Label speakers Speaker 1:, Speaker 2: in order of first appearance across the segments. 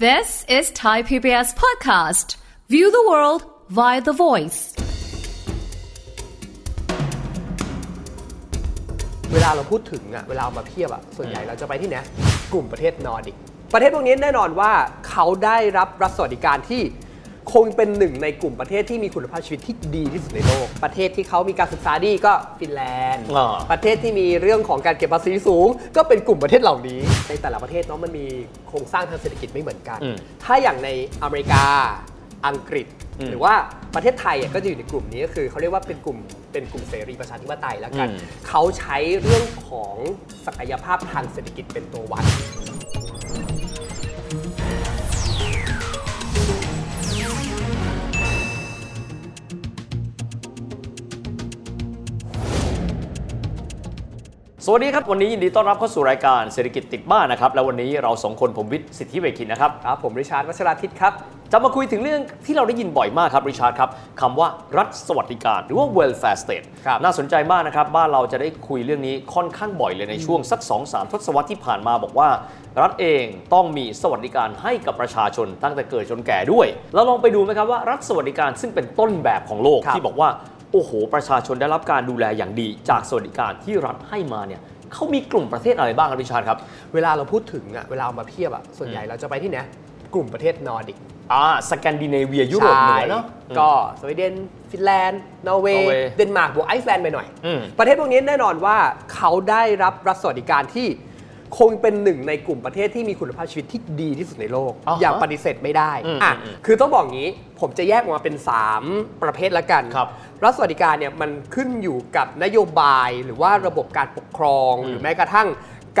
Speaker 1: This is Thai PBS Podcast. View the world via the voice.
Speaker 2: เวลาเราพูดถึงอะเวลาเอามาเทียบอะส่วนใหญ่เราจะไปที่ไหนกลุ่มประเทศนอร์ดิกประเทศพวกนี้แน่นอนว่าเขาได้รับรัฐสวัสดิการที่คงเป็นหนึ่งในกลุ่มประเทศที่มีคุณภาพชีวิตที่ดีที่สุดในโลก ประเทศที่เขามีการศึกษาดีก็ฟินแลนด์
Speaker 3: อ่า
Speaker 2: ประเทศที่มีเรื่องของการเก็บภาษีสูง ก็เป็นกลุ่มประเทศเหล่านี้ ในแต่ละประเทศเนาะมันมีโครงสร้างทางเศรษฐกิจไม่เหมือนกัน
Speaker 3: อืม
Speaker 2: ถ้าอย่างในอเมริกา อังกฤษ
Speaker 3: อืม
Speaker 2: หรือว่าประเทศไทยอ่ะก็จะอยู่ในกลุ่มนี้ก็คือเขาเรียกว่าเป็นกลุ่มเป็นกลุ่มเสรีประชาธิปไตยแล้วกัน
Speaker 3: อืม
Speaker 2: เขาใช้เรื่องของศักยภาพทางเศรษฐกิจเป็นตัววัด
Speaker 3: สวัสดีครับ วันนี้ยินดีต้อนรับเข้าสู่รายการเศรษฐกิจติดบ้านนะครับ และวันนี้เราสองคนผมวิทย์สิทธิเวคินนะครับ
Speaker 2: ครับผมริชาร์ดวัชราทิตครับ
Speaker 3: จะมาคุยถึงเรื่องที่เราได้ยินบ่อยมากครับริชาร์ดครับคำว่ารัฐสวัสดิการ หรือว่า welfare state
Speaker 2: ครับ
Speaker 3: น่าสนใจมากนะครับ บ้านเราจะได้คุยเรื่องนี้ค่อนข้างบ่อยเลยในช่วงสัก2อสามทศวรรษที่ผ่านมาบอกว่า รัฐเองต้องมีสวัสดิการให้กับประชาชนตั้งแต่เกิดจนแก่ด้วย แล้วลองไปดูไหมครับว่ารัฐสวัสดิการซึ่งเป็นต้นแบบของโลก
Speaker 2: ครับ
Speaker 3: ที่บอกว่าโอ้โห ประชาชนได้รับการดูแลอย่างดี จากสวัสดิการที่รัฐให้มาเนี่ยเขามีกลุ่มประเทศอะไรบ้างครับริชาร์ดครับ
Speaker 2: เวลาเราพูดถึงอะเวลาเอามาเทียบอะส่วนใหญ่เราจะไปที่ไหนกลุ่มประเทศนอร์ดิก
Speaker 3: อ่าสแกนดิเนเวียยุโรปเหนือเนาะ
Speaker 2: ใช่ก็สวีเดน ฟินแลนด์ นอร์เวย์
Speaker 3: Norway
Speaker 2: เดนมาร์กบวกไอซ์แลนด์ไปหน่อย
Speaker 3: อืม
Speaker 2: ประเทศพวกนี้แน่นอนว่าเขาได้รับรัฐสวัสดิการที่คงเป็นหนึ่งในกลุ่มประเทศที่มีคุณภาพชีวิตที่ดีที่สุดในโลก
Speaker 3: อ่าฮะ
Speaker 2: อย่างปฏิเสธไม่ได้
Speaker 3: อืม
Speaker 2: อ่ะ
Speaker 3: อืมอืม
Speaker 2: คือต้องบอกงี้ผมจะแยกออกมาเป็น 3 ประเภทละกัน
Speaker 3: ครับ
Speaker 2: ฐสวัสดิการเนี่ยมันขึ้นอยู่กับนโยบายหรือว่าระบบการปกครอง หรือแม้กระทั่ง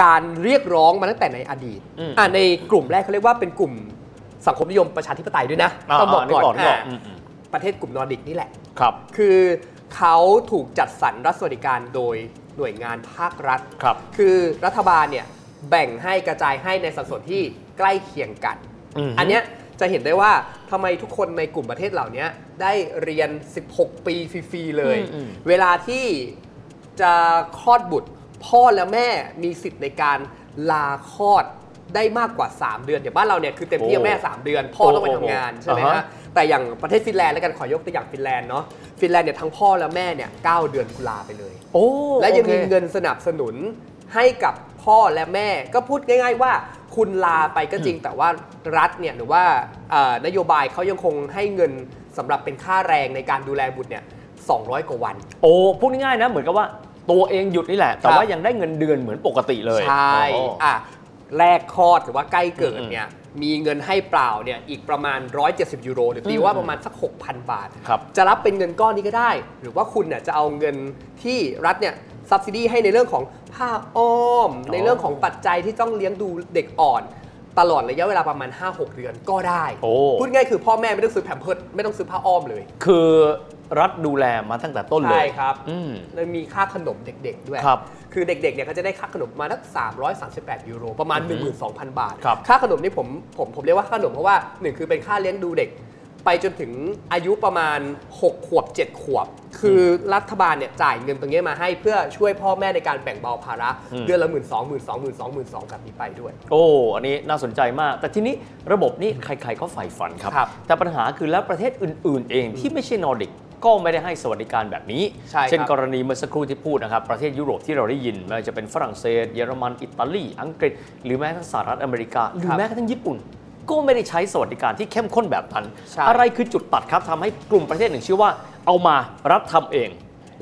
Speaker 2: การเรียกร้องมาตั้งแต่ในอดีต
Speaker 3: อืม
Speaker 2: อ่ะในกลุ่มแรกเขาเรียกว่าเป็นกลุ่มสังคมนิยมประชาธิปไตยด้วยนะ ต้องบอกก่อน
Speaker 3: อ่า
Speaker 2: อ่าม
Speaker 3: ม
Speaker 2: ประเทศกลุ่มนอร์ดิกนี่แหละ
Speaker 3: ครับ
Speaker 2: คือเขาถูกจัดสรรรัฐสวัสดิการโดยหน่วยงานภาครัฐ
Speaker 3: ครับ
Speaker 2: คือรัฐบาลเนี่ยแบ่งให้กระจายให้ในสัดส่วนที่ใกล้เคียงกัน
Speaker 3: อือฮึ
Speaker 2: อันเนี้ยจะเห็นได้ว่าทำไมทุกคนในกลุ่มประเทศเหล่านี้ได้เรียน 16 ปีฟรีๆเลย
Speaker 3: อืม
Speaker 2: เวลาที่จะคลอดบุตร พ่อและแม่มีสิทธิ์ในการลาคลอดได้มากกว่า 3 เดือนอย่างบ้านเราเนี่ยคือเต็มที่
Speaker 3: โอ้
Speaker 2: แม่ 3 เดือน พ่อต้องไปทำงาน
Speaker 3: โอ้โห
Speaker 2: ใช่ไหม
Speaker 3: อ่า
Speaker 2: ฮะ
Speaker 3: ฮะ
Speaker 2: แต่อย่างประเทศฟินแลนด์แล้วกันขอยกตัวอย่างฟินแลนด์เนาะฟินแลนด์เนี่ยทั้งพ่อและแม่เนี่ยเก้าเดือนกุลาไปเลย
Speaker 3: โอ้
Speaker 2: และยังมี
Speaker 3: โอค
Speaker 2: เงินสนับสนุนให้กับพ่อและแม่ ก็พูดง่าย ๆ ว่าคุณลาไปก็จริง แต่ว่ารัฐเนี่ยหรือว่าเอ่อนโยบายเขายังคงให้เงินสำหรับเป็นค่าแรงในการดูแลบุตรเนี่ย200 กว่าวัน
Speaker 3: โอ้พูดง่ายๆนะ เหมือนกับว่าตัวเองหยุดนี่แหละ แต่
Speaker 2: ครับ
Speaker 3: ว่ายังได้เงินเดือนเหมือนปกติเลย
Speaker 2: ใช่
Speaker 3: อ๋ออ่ะ
Speaker 2: อ่ะแรกคลอดหรือว่าใกล้เกิด
Speaker 3: อืม
Speaker 2: เนี่ยมีเงินให้เปล่าเนี่ยอีกประมาณ 170 ยูโรหรือตีว่าประมาณสัก 6,000 บาท
Speaker 3: ครับ
Speaker 2: จะรับเป็นเงินก้อนนี้ก็ได้ หรือว่าคุณเนี่ยจะเอาเงินที่รัฐเนี่ยส ubsidy ให้ในเรื่องของผ้าอ้อม
Speaker 3: อ๋อ
Speaker 2: ในเรื่องของปัจจัยที่ต้องเลี้ยงดูเด็กอ่อน ตลอดระยะเวลาประมาณ 5-6 เดือนก็ได้
Speaker 3: โอ้
Speaker 2: พูดง่ายคือพ่อแม่ไม่ต้องซื้อแผ่นเพิร์ดไม่ต้องซื้อผ้าอ้อมเลย
Speaker 3: คือรัฐดูแลมาตั้งแต่ต้นเล
Speaker 2: ใช่
Speaker 3: ย
Speaker 2: ครับ
Speaker 3: อืม
Speaker 2: เลยมีค่าขนมเด็กๆด้วย
Speaker 3: ครับ
Speaker 2: คือเด็กๆ เนี่ยเขาจะได้ค่าขนมประมาณสัก338 ยูโร ประมาณ 12,000 บาท
Speaker 3: ครับ
Speaker 2: ค่าขนมนี่ผมผมผมเรียกว่าค่าขนมเพราะว่าหนึ่งคือเป็นค่าเลี้ยงดูเด็ก ไปจนถึงอายุประมาณ 6 ขวบ 7 ขวบ คือรัฐบาลเนี่ยจ่ายเงินตรงนี้มาให้เพื่อช่วยพ่อแม่ในการแบ่งเบาภาระ
Speaker 3: อืม
Speaker 2: เดือนละ 1 2 0 0 0 1 2 0 0 0 1 2 0 0แบบนี้ไปด้วย
Speaker 3: โอ้ อันนี้น่าสนใจมาก แต่ทีนี้ระบบนี้ใครๆก็ใฝ่ฝันครับ
Speaker 2: ครับ
Speaker 3: แต่ปัญหาคือแล้วประเทศอื่นๆ เองที่ไม่ใช่นอร์ดิกก็ไม่ได้ให้สวัสดิการแบบนี้
Speaker 2: ใช่ครับ
Speaker 3: เช่นกรณีเมื่อสักครู่ที่พูดนะครับ ประเทศยุโรปที่เราได้ยินไม่ว่าจะเป็นฝรั่งเศส เยอรมัน อิตาลี อังกฤษ หรือแม้กระทั่งสหรัฐอเมริกา หรือแม้กระทั่งญี่ปุ่น ก็ไม่ได้ใช้สวัสดิการที่เข้มข้นแบบนั้น
Speaker 2: ใช่
Speaker 3: อะไรคือจุดตัดครับทำให้กลุ่มประเทศหนึ่งชื่อว่า เอามารัฐทำเอง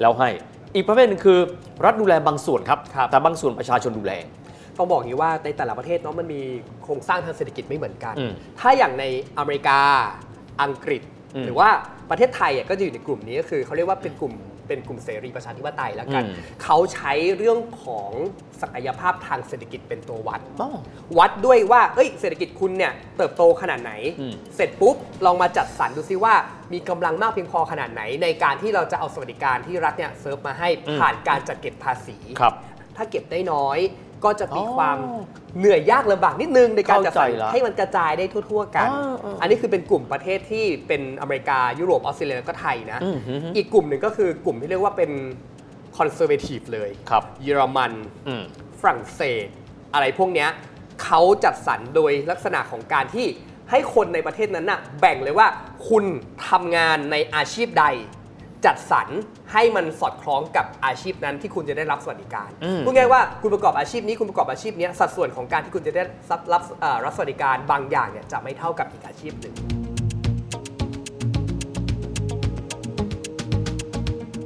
Speaker 3: แล้วให้ อีกประเภทหนึ่งคือ รัฐดูแลบางส่วนครับ แต่บางส่วนประชาชนดูแลเอง
Speaker 2: ต้องบอกอย่างนี้ว่าในแต่ละประเทศเนาะมันมีโครงสร้างทางเศรษฐกิจไม่เหมือนกัน
Speaker 3: อืม
Speaker 2: ถ้าอย่างในอเมริกา อังกฤษ
Speaker 3: อืม
Speaker 2: หรือว่าประเทศไทยอ่ะก็จะอยู่ในกลุ่มนี้ก็คือเขาเรียกว่าเป็นกลุ่มเป็นกลุ่มเสรีประชาธิปไตยแล้วกัน
Speaker 3: อืม
Speaker 2: เขาใช้เรื่องของศักยภาพทางเศรษฐกิจเป็นตัววัด
Speaker 3: อ๋อ
Speaker 2: วัดด้วยว่าเอ้ยเศรษฐกิจคุณเนี่ยเติบโตขนาดไหน
Speaker 3: อืม
Speaker 2: เสร็จปุ๊บลองมาจัดสรรดูซิว่ามีกำลังมากเพียงพอขนาดไหน ในการที่เราจะเอาสวัสดิการที่รัฐเนี่ยเซิร์ฟมาให้
Speaker 3: อืม
Speaker 2: ผ่านการจัดเก็บภาษี
Speaker 3: ครับ
Speaker 2: ถ้าเก็บได้น้อยก็จะมี
Speaker 3: อ๋อ
Speaker 2: ความเหนื่อยยากลำบากนิดนึงในการจัดสรร
Speaker 3: เข้าใจละ
Speaker 2: ให้มันกระจายได้ทั่ว ๆ กัน
Speaker 3: อ่าอ่า
Speaker 2: อันนี้คือเป็นกลุ่มประเทศที่เป็นอเมริกา ยุโรป ออสเตรเลียแล้วก็ไทยนะ
Speaker 3: อืมฮึฮึ
Speaker 2: อีกกลุ่มหนึ่งก็คือกลุ่มที่เรียกว่าเป็นคอนเซอร์เวทีฟเลย
Speaker 3: ครับ
Speaker 2: เยอรมัน
Speaker 3: อืม
Speaker 2: ฝรั่งเศส อะไรพวกเนี้ย เขาจัดสรรโดยลักษณะของการที่ให้คนในประเทศนั้นน่ะแบ่งเลยว่าคุณทำงานในอาชีพใด จัดสรรให้มันสอดคล้องกับอาชีพนั้นที่คุณจะได้รับสวัสดิการ
Speaker 3: อืม
Speaker 2: พูดง่ายๆว่าคุณประกอบอาชีพนี้คุณประกอบอาชีพเนี้ยสัดส่วนของการที่คุณจะได้รับรับเอ่อรับสวัสดิการบางอย่างเนี่ยจะไม่เท่ากับอีกอาชีพหนึ่ง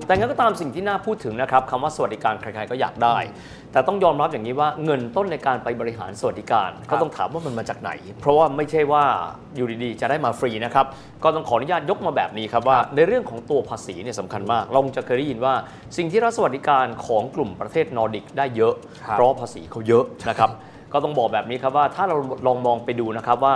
Speaker 3: แต่งั้นก็ตามสิ่งที่น่าพูดถึงนะครับคำว่าสวัสดิการใครๆก็อยากได้ แต่ต้องยอมรับอย่างนี้ว่าเงินต้นในการไปบริหารสวัสดิการ ก็ต้องถามว่ามันมาจากไหน เพราะว่าไม่ใช่ว่าอยู่ดีๆ จะได้มาฟรีนะครับ ก็ต้องขออนุญาตยกมาแบบนี้ครับว่าในเรื่องของตัวภาษีเนี่ยสำคัญมาก เราคงจะเคยได้ยินว่า สิ่งที่รัฐสวัสดิการของกลุ่มประเทศนอร์ดิกได้เยอะ
Speaker 2: ครับ
Speaker 3: เพราะภาษีเขาเยอะ นะครับ ก็ต้องบอกแบบนี้ครับว่าถ้าเราลองมองไปดูนะครับว่า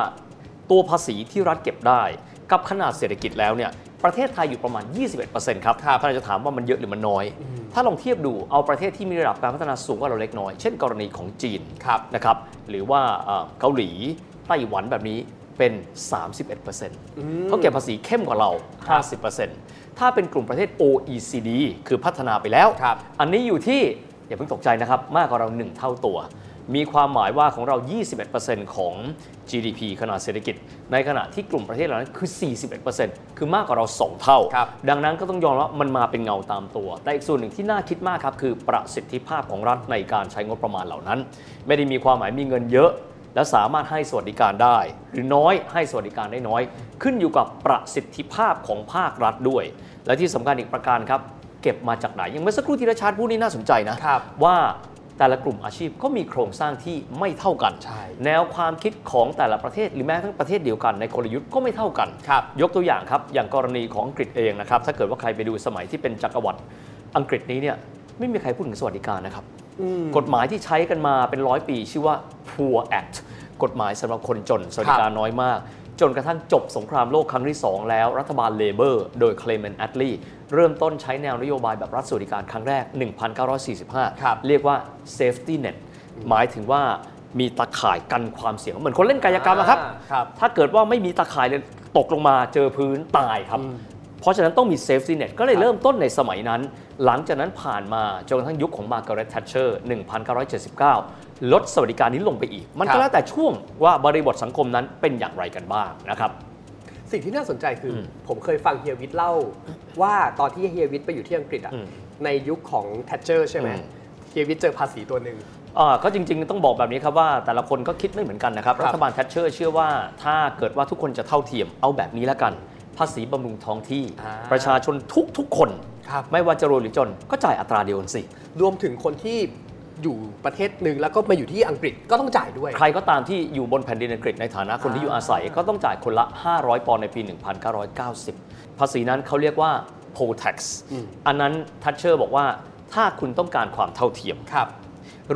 Speaker 3: ตัวภาษีที่รัฐเก็บได้ กับขนาดเศรษฐกิจแล้วเนี่ยประเทศไทยอยู่ประมาณ 21%ครับท่านอาจจะถามว่ามันเยอะหรือมันน้อย ถ้าลองเทียบดูเอาประเทศที่มีระดับการพัฒนาสูงกว่าเราเล็กน้อย เช่นกรณีของจีน
Speaker 2: ครับ
Speaker 3: นะครับหรือว่าเอ่อเกาหลีไต้หวันแบบนี้เป็น 31%เขาเก็บภาษีเข้มกว่าเรา 50%ถ้าเป็นกลุ่มประเทศ OECD คือพัฒนาไปแล้ว
Speaker 2: ครับ
Speaker 3: อันนี้อยู่ที่ อย่าเพิ่งตกใจนะครับ มากกว่าเรา 1 เท่าตัว มีความหมายว่าของเรา 21%ของ GDP ขนาดเศรษฐกิจ ในขณะที่กลุ่มประเทศเหล่านั้นคือ 41%คือมากกว่าเรา 2 เท่า
Speaker 2: ครับ
Speaker 3: ดังนั้นก็ต้องยอมรับว่ามันมาเป็นเงาตามตัว แต่อีกส่วนหนึ่งที่น่าคิดมากครับ คือประสิทธิภาพของรัฐในการใช้งบประมาณเหล่านั้น ไม่ได้มีความหมายมีเงินเยอะ และสามารถให้สวัสดิการได้ หรือน้อยให้สวัสดิการได้น้อย ขึ้นอยู่กับประสิทธิภาพของภาครัฐด้วย และที่สำคัญอีกประการครับ เก็บมาจากไหนอย่างเมื่อสักครู่ที่รชาติพูดนี่น่าสนใจนะ
Speaker 2: ครับ
Speaker 3: ว่าแต่ละกลุ่มอาชีพก็มีโครงสร้างที่ไม่เท่ากัน
Speaker 2: ใช่
Speaker 3: แนวความคิดของแต่ละประเทศหรือแม้ทั้งประเทศเดียวกันในกลยุทธ์ก็ไม่เท่ากัน
Speaker 2: ครับ
Speaker 3: ยกตัวอย่างครับ อย่างกรณีของอังกฤษเองนะครับ ถ้าเกิดว่าใครไปดูสมัยที่เป็นจักรวรรดิอังกฤษนี้เนี่ยไม่มีใครพูดถึงสวัสดิการนะครับ กฎหมายที่ใช้กันมาเป็นร้อยปี ชื่อว่า Poor Act กฎหมายสำหรับคนจนสวัสดิการน้อยมาก จนกระทั่งจบสงครามโลกครั้งที่ 2 แล้วรัฐบาลเลเบอร์โดยเคลเมนต์แอตลีเริ่มต้นใช้แนวนโยบายแบบรัฐสวัสดิการครั้งแรก 1945
Speaker 2: ครับ
Speaker 3: เรียกว่า safety net หมายถึงว่ามีตาข่ายกันความเสี่ยง เหมือนคนเล่นกายกรรมอะครับ
Speaker 2: อ่าครับ
Speaker 3: ถ้าเกิดว่าไม่มีตาข่ายเลยตกลงมาเจอพื้นตายครับ เพราะฉะนั้นต้องมี safety net ก็เลยเริ่มต้นในสมัยนั้น หลังจากนั้นผ่านมาจนกระทั่งยุคของมาร์กาเร็ตแทชเชอร์ 1979 ลดสวัสดิการนี้ลงไปอีก มัน
Speaker 2: ครั
Speaker 3: ก็
Speaker 2: บ
Speaker 3: แล้วแต่ช่วงว่าบริบทสังคมนั้นเป็นอย่างไรกันบ้างนะครับ
Speaker 2: สิ่งที่น่าสนใจคืออ
Speaker 3: ม
Speaker 2: ผมเคยฟังเฮียวิทย์เล่า ว่าตอนที่เฮียวิทย์ไปอยู่ที่อังกฤษอ่ะ
Speaker 3: อืม
Speaker 2: ในยุคของแทชเชอร์ใช่ไหม
Speaker 3: อืม
Speaker 2: เฮียวิทย์เจอภาษีตัวหนึ่ง
Speaker 3: อ่าก็จริงๆ ต้องบอกแบบนี้ครับว่าแต่ละคนก็คิดไม่เหมือนกันนะครับ
Speaker 2: ครับ
Speaker 3: รัฐบาลแทชเชอร์เชื่อว่าถ้าเกิดว่าทุกคนจะเท่าเทียมเอาแบบนี้แล้วกัน ภาษีบำรุงท้องที่
Speaker 2: อ่า
Speaker 3: ประชาชนทุกๆ คน
Speaker 2: ครับ
Speaker 3: ไม่ว่าจะรวยหรือจนก็จ่ายอัตราเดียวกันสิ
Speaker 2: รวมถึงคนที่อยู่ประเทศหนึ่งแล้วก็มาอยู่ที่อังกฤษก็ต้องจ่ายด้วย
Speaker 3: ใครก็ตามที่อยู่บนแผ่นดินอังกฤษในฐานะคนที่อยู่อาศัยก็ต้องจ่ายคนละ 500 ปอนด์ในปี 1990 ภาษีนั้นเขาเรียกว่า poll tax
Speaker 2: อืม
Speaker 3: อันนั้นทัชเชอร์บอกว่าถ้าคุณต้องการความเท่าเทียม
Speaker 2: ครับ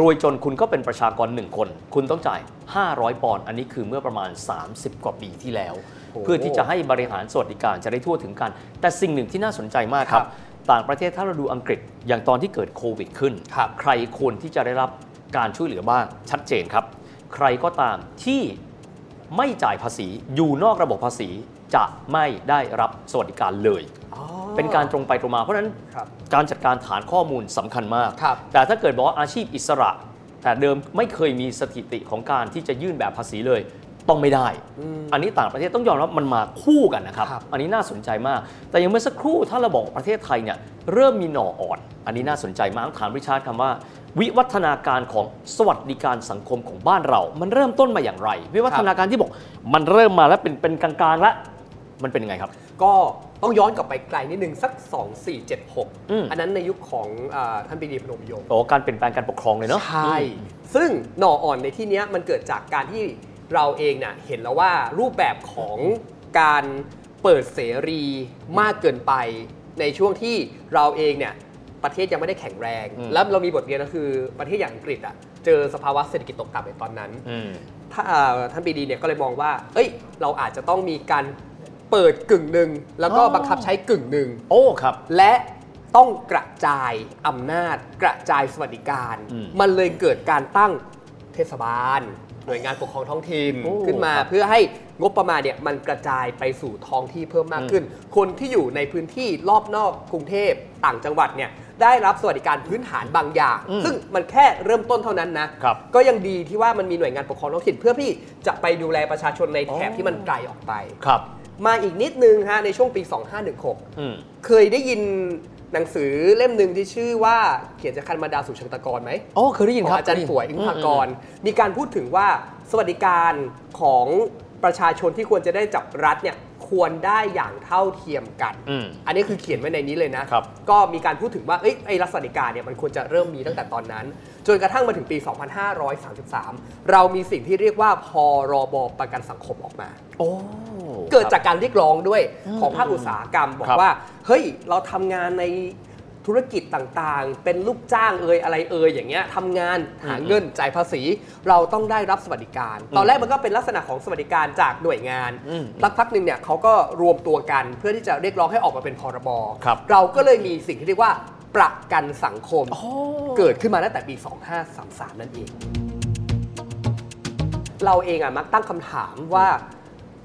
Speaker 3: รวยจนคุณก็เป็นประชากรหนึ่งคน คุณต้องจ่าย 500 ปอนด์อันนี้คือเมื่อประมาณ 30 กว่าปีที่แล้ว
Speaker 2: โอ้โห
Speaker 3: เพื่อที่จะให้บริหารสวัสดิการจะได้ทั่วถึงกัน แต่สิ่งหนึ่งที่น่าสนใจมากค
Speaker 2: ค
Speaker 3: รั
Speaker 2: รับ
Speaker 3: ต่างประเทศถ้าเราดูอังกฤษอย่างตอนที่เกิดโควิดขึ้น
Speaker 2: ครับ
Speaker 3: ใครควรที่จะได้รับการช่วยเหลือบ้างชัดเจนครับ ใครก็ตามที่ไม่จ่ายภาษีอยู่นอกระบบภาษีจะไม่ได้รับสวัสดิการเลย เป็นการตรงไปตรงมาเพราะฉะนั้น
Speaker 2: ครับ
Speaker 3: การจัดการฐานข้อมูลสำคัญมาก
Speaker 2: ครับ
Speaker 3: แต่ถ้าเกิดบอกว่าอาชีพอิสระ แต่เดิมไม่เคยมีสถิติของการที่จะยื่นแบบภาษีเลย ต้องไม่ได้ อันนี้ต่างประเทศต้องยอมรับมันมาคู่กันนะครับ
Speaker 2: ครับ
Speaker 3: อันนี้น่าสนใจมาก แต่ยังเมื่อสักครู่ถ้าเราบอกประเทศไทยเนี่ยเริ่มมีหน่ออ่อน อันนี้น่าสนใจมากถามริชาร์ดคำว่า วิวัฒนาการของสวัสดิการสังคมของบ้านเรา มันเริ่มต้นมาอย่างไร วิวัฒนาการที่บอกมันเริ่มมาแล้วเป็นเป็นกลางๆแล้วมันเป็นยังไงครับ
Speaker 2: ก็ต้องย้อนกลับไปไกลนิดนึงสัก 2 4 7
Speaker 3: อืม
Speaker 2: 6 อันนั้นในยุคของอาท่านปรีดีพนมยงค์
Speaker 3: โอ้การเปลี่ยนแปลงการปกครองเลยเนาะ
Speaker 2: ใช่ซึ่งหน่ออ่อนในที่เนี้ยมันเกิดจากการที่เราเองน่ะเห็นแล้วว่ารูปแบบของการเปิดเสรีมากเกินไป ในช่วงที่เราเองเนี่ยประเทศยังไม่ได้แข็งแรง
Speaker 3: อืม
Speaker 2: แล้วเรามีบทเรียนก็คือประเทศอย่างอังกฤษอ่ะเจอสภาวะเศรษฐกิจตกต่ำในตอนนั้น
Speaker 3: อืม
Speaker 2: ถ้าเอ่อท่านปรีดีเนี่ยก็เลยมองว่า เอ้ย เราอาจจะต้องมีการเปิดกึ่งหนึ่ง แล้วก็
Speaker 3: อ๋อ
Speaker 2: บังคับใช้กึ่งหนึ่ง
Speaker 3: โอ้ครับ
Speaker 2: และต้องกระจายอำนาจ กระจายสวัสดิการ
Speaker 3: อืม
Speaker 2: มันเลยเกิดการตั้งเทศบาล หน่วยงานปกครองท้องถิ่น
Speaker 3: โอ้
Speaker 2: ขึ้นมา
Speaker 3: ครับ
Speaker 2: เพื่อให้ งบประมาณเนี่ยมันกระจายไปสู่ท้องที่เพิ่มมากขึ้น คนที่อยู่ในพื้นที่รอบนอกกรุงเทพต่างจังหวัดเนี่ยได้รับสวัสดิการพื้นฐานบางอย่าง
Speaker 3: อืม
Speaker 2: ซึ่งมันแค่เริ่มต้นเท่านั้นนะครับ ก็ยังดีที่ว่ามันมีหน่วยงานปกครองท้องถิ่นเพื่อที่จะไปดูแลประชาชนในแถบ
Speaker 3: อ๋อ
Speaker 2: ที่มันไกลออกไป
Speaker 3: ครับ
Speaker 2: มาอีกนิดนึงฮะในช่วงปี 2516
Speaker 3: อืม
Speaker 2: เคยได้ยินหนังสือเล่มหนึ่งที่ชื่อว่าเขียนจากคันบรรดาสู่เชิงตะกอนไหม
Speaker 3: อ๋อเคยได้ยิน
Speaker 2: ขอ
Speaker 3: ค
Speaker 2: ง
Speaker 3: รับ
Speaker 2: อาจารย์ป่วย
Speaker 3: อื
Speaker 2: อึ้
Speaker 3: ม
Speaker 2: งภากร มีการพูดถึงว่าสวัสดิการของประชาชนที่ควรจะได้จับรัฐเนี่ยควรได้อย่างเท่าเทียมกัน
Speaker 3: อืม
Speaker 2: อันนี้คือเขียนไว้ในนี้เลยนะ
Speaker 3: ครับ
Speaker 2: ก็มีการพูดถึงว่าเอ้ยไอ้รัฐสวัสดิการเนี่ยมันควรจะเริ่มมีตั้งแต่ตอนนั้น จนกระทั่งมาถึงปี 2533 เรามีสิ่งที่เรียกว่าพรบประกันสังคมออกมา
Speaker 3: โอ้
Speaker 2: เกิดจา
Speaker 3: ครับ
Speaker 2: กการเรียกร้องด้วยของภาค
Speaker 3: อืม
Speaker 2: อุตสาหกรรม บอ
Speaker 3: ครั
Speaker 2: ก
Speaker 3: บ
Speaker 2: ว่า เฮ้ย เราทำงานในธุรกิจต่างๆ เป็นลูกจ้างเอ่ยอะไรเอ่ยอย่างเงี้ยทำงานหาเงินจ่ายภาษี เราต้องได้รับสวัสดิการ ตอนแรกมันก็เป็นลักษณะของสวัสดิการจากหน่วยงาน
Speaker 3: อืม
Speaker 2: พักๆหนึ่งเนี่ยเขาก็รวมตัวกันเพื่อที่จะเรียกร้องให้ออกมาเป็นพรบ
Speaker 3: ครับ
Speaker 2: เราก็เลยมีสิ่งที่เรียกว่าประกันสังคม
Speaker 3: โอ้
Speaker 2: เกิดขึ้นมาตั้งแต่ปี 2533 นั่นเอง เราเองอ่ะมักตั้งคำถามว่า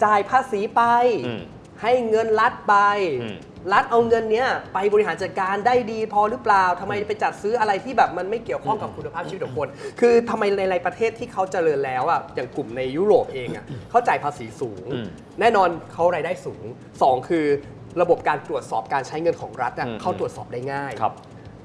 Speaker 2: จ่ายภาษีไป
Speaker 3: อืม
Speaker 2: ให้เงินรัฐไป
Speaker 3: อืม
Speaker 2: รัฐเอาเงินเนี้ยไปบริหารจัดการได้ดีพอหรือเปล่าทำไมไปจัดซื้ออะไรที่แบบมันไม่เกี่ยวข้องกับคุณภาพชีวิตของคน คือทำไมในหลายประเทศที่เขาเจริญแล้วอ่ะอย่างกลุ่มในยุโรปเองอ่ะเขาจ่ายภาษีสูง
Speaker 3: อืม
Speaker 2: แน่นอนเขารายได้สูงสองคือระบบการตรวจสอบการใช้เงินของรัฐอะ
Speaker 3: อืม
Speaker 2: เขาตรวจสอบได้ง่าย
Speaker 3: ครับ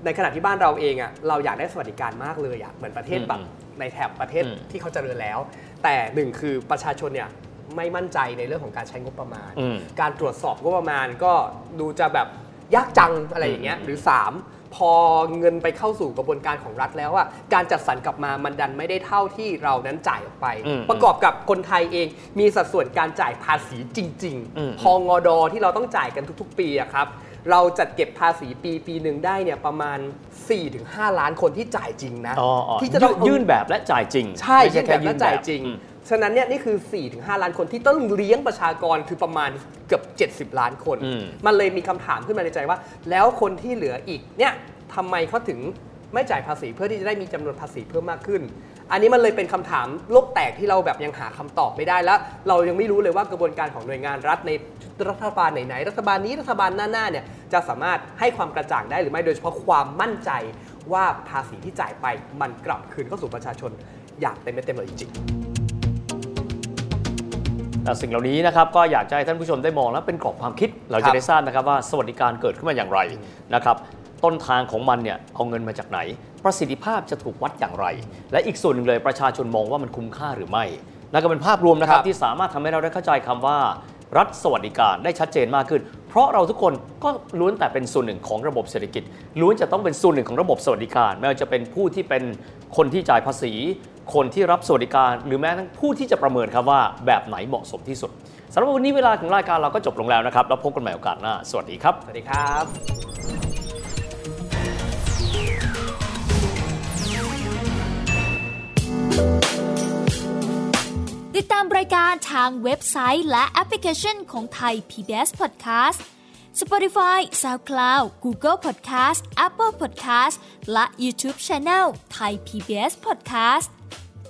Speaker 2: ในขณะที่บ้านเราเองอะ่ะเราอยากได้สวัสดิการมากเลยอะ่ะเหมือนประเทศแบบ
Speaker 3: อืม
Speaker 2: ในแถบประเทศ
Speaker 3: อืม
Speaker 2: ที่เขาเจริญแล้ว แต่หนึ่งคือประชาชนเนี่ยไม่มั่นใจในเรื่องของการใช้งบประมาณ
Speaker 3: อืม
Speaker 2: การตรวจสอบงบประมาณก็ดูจะแบบยากจังอะไรอย่างเงี้ย
Speaker 3: อืม
Speaker 2: หรือ 3 พอเงินไปเข้าสู่กระบวนการของรัฐแล้วอะ่ะการจัดสรรกลับมามันดันไม่ได้เท่าที่เรานั้นจ่ายออกไป
Speaker 3: อืม
Speaker 2: ประกอบกับคนไทยเองมีสัดส่วนการจ่ายภาษีจริง
Speaker 3: อืม
Speaker 2: ๆ พองอดอที่เราต้องจ่ายกันทุก ๆ ปีอะครับ เราจัดเก็บภาษีปีปีหนึ่งได้เนี่ยประมาณ 4-5 ล้านคนที่จ่ายจริงนะ
Speaker 3: อ๋ออ๋อ
Speaker 2: ที่จะต้อง
Speaker 3: ยื่นแบบและจ่ายจริง
Speaker 2: ใช่
Speaker 3: ไม่
Speaker 2: ยื่นแบบ
Speaker 3: ค่
Speaker 2: และจ่ายจริง
Speaker 3: อืม
Speaker 2: ฉะนั้นเนี่ยนี่คือ 4-5 ล้านคนที่ต้องเลี้ยงประชากรคือประมาณเกือบ 70 ล้านคน
Speaker 3: อืม
Speaker 2: มันเลยมีคำถามขึ้นมาในใจว่า แล้วคนที่เหลืออีกเนี่ยทำไมเขาถึงไม่จ่ายภาษีเพื่อที่จะได้มีจำนวนภาษีเพิ่มมากขึ้น อันนี้มันเลยเป็นคำถามโลกแตกที่เราแบบยังหาคำตอบไม่ได้แล้ว เรายังไม่รู้เลยว่ากระบวนการของหน่วยงานรัฐในรัฐบาลไหนๆรัฐบาลนี้รัฐบาลหน้าๆเนี่ยจะสามารถให้ความกระจ่างได้หรือไม่โดยเฉพาะความมั่นใจว่าภาษีที่จ่ายไปมันกลับคืนเข้าสู่ประชาชนอย่างเต็มเม็ดเต็มหน่วยจริง
Speaker 3: แต่สิ่งเหล่านี้นะครับก็อยากจะให้ท่านผู้ชมได้มองและเป็นกรอบความคิด เรา
Speaker 2: ครั
Speaker 3: จะ
Speaker 2: บ
Speaker 3: ได้ทราบนะครับว่าสวัสดิการเกิดขึ้นมาอย่างไรนะครับต้นทางของมันเนี่ยเอาเงินมาจากไหน ประสิทธิภาพจะถูกวัดอย่างไร และอีกส่วนหนึ่งเลยประชาชนมองว่ามันคุ้มค่าหรือไม่นั่นก็เป็นภาพรวมนะครับ
Speaker 2: ครับ
Speaker 3: ที่สามารถทำให้เราได้เข้าใจคำว่า รัฐสวัสดิการได้ชัดเจนมากขึ้น เพราะเราทุกคนก็ล้วนแต่เป็นส่วนหนึ่งของระบบเศรษฐกิจล้วนจะต้องเป็นส่วนหนึ่งของระบบสวัสดิการ ไม่ว่าจะเป็นผู้ที่เป็นคนที่จ่ายภาษี คนที่รับสวัสดิการ หรือแม้ทั้งผู้ที่จะประเมินครับว่าแบบไหนเหมาะสมที่สุดสำหรับวันนี้เวลาของรายการเราก็จบลงแล้วนะครับแล้วพบกันใหม่โอกาสหน้าสวัสดีครับ
Speaker 2: สวัสดีครับ
Speaker 4: ติดตามรายการทางเว็บไซต์และแอปพลิเคชันของไทย PBS Podcast Spotify SoundCloud Google Podcast Apple Podcast และ YouTube Channel Thai PBS Podcast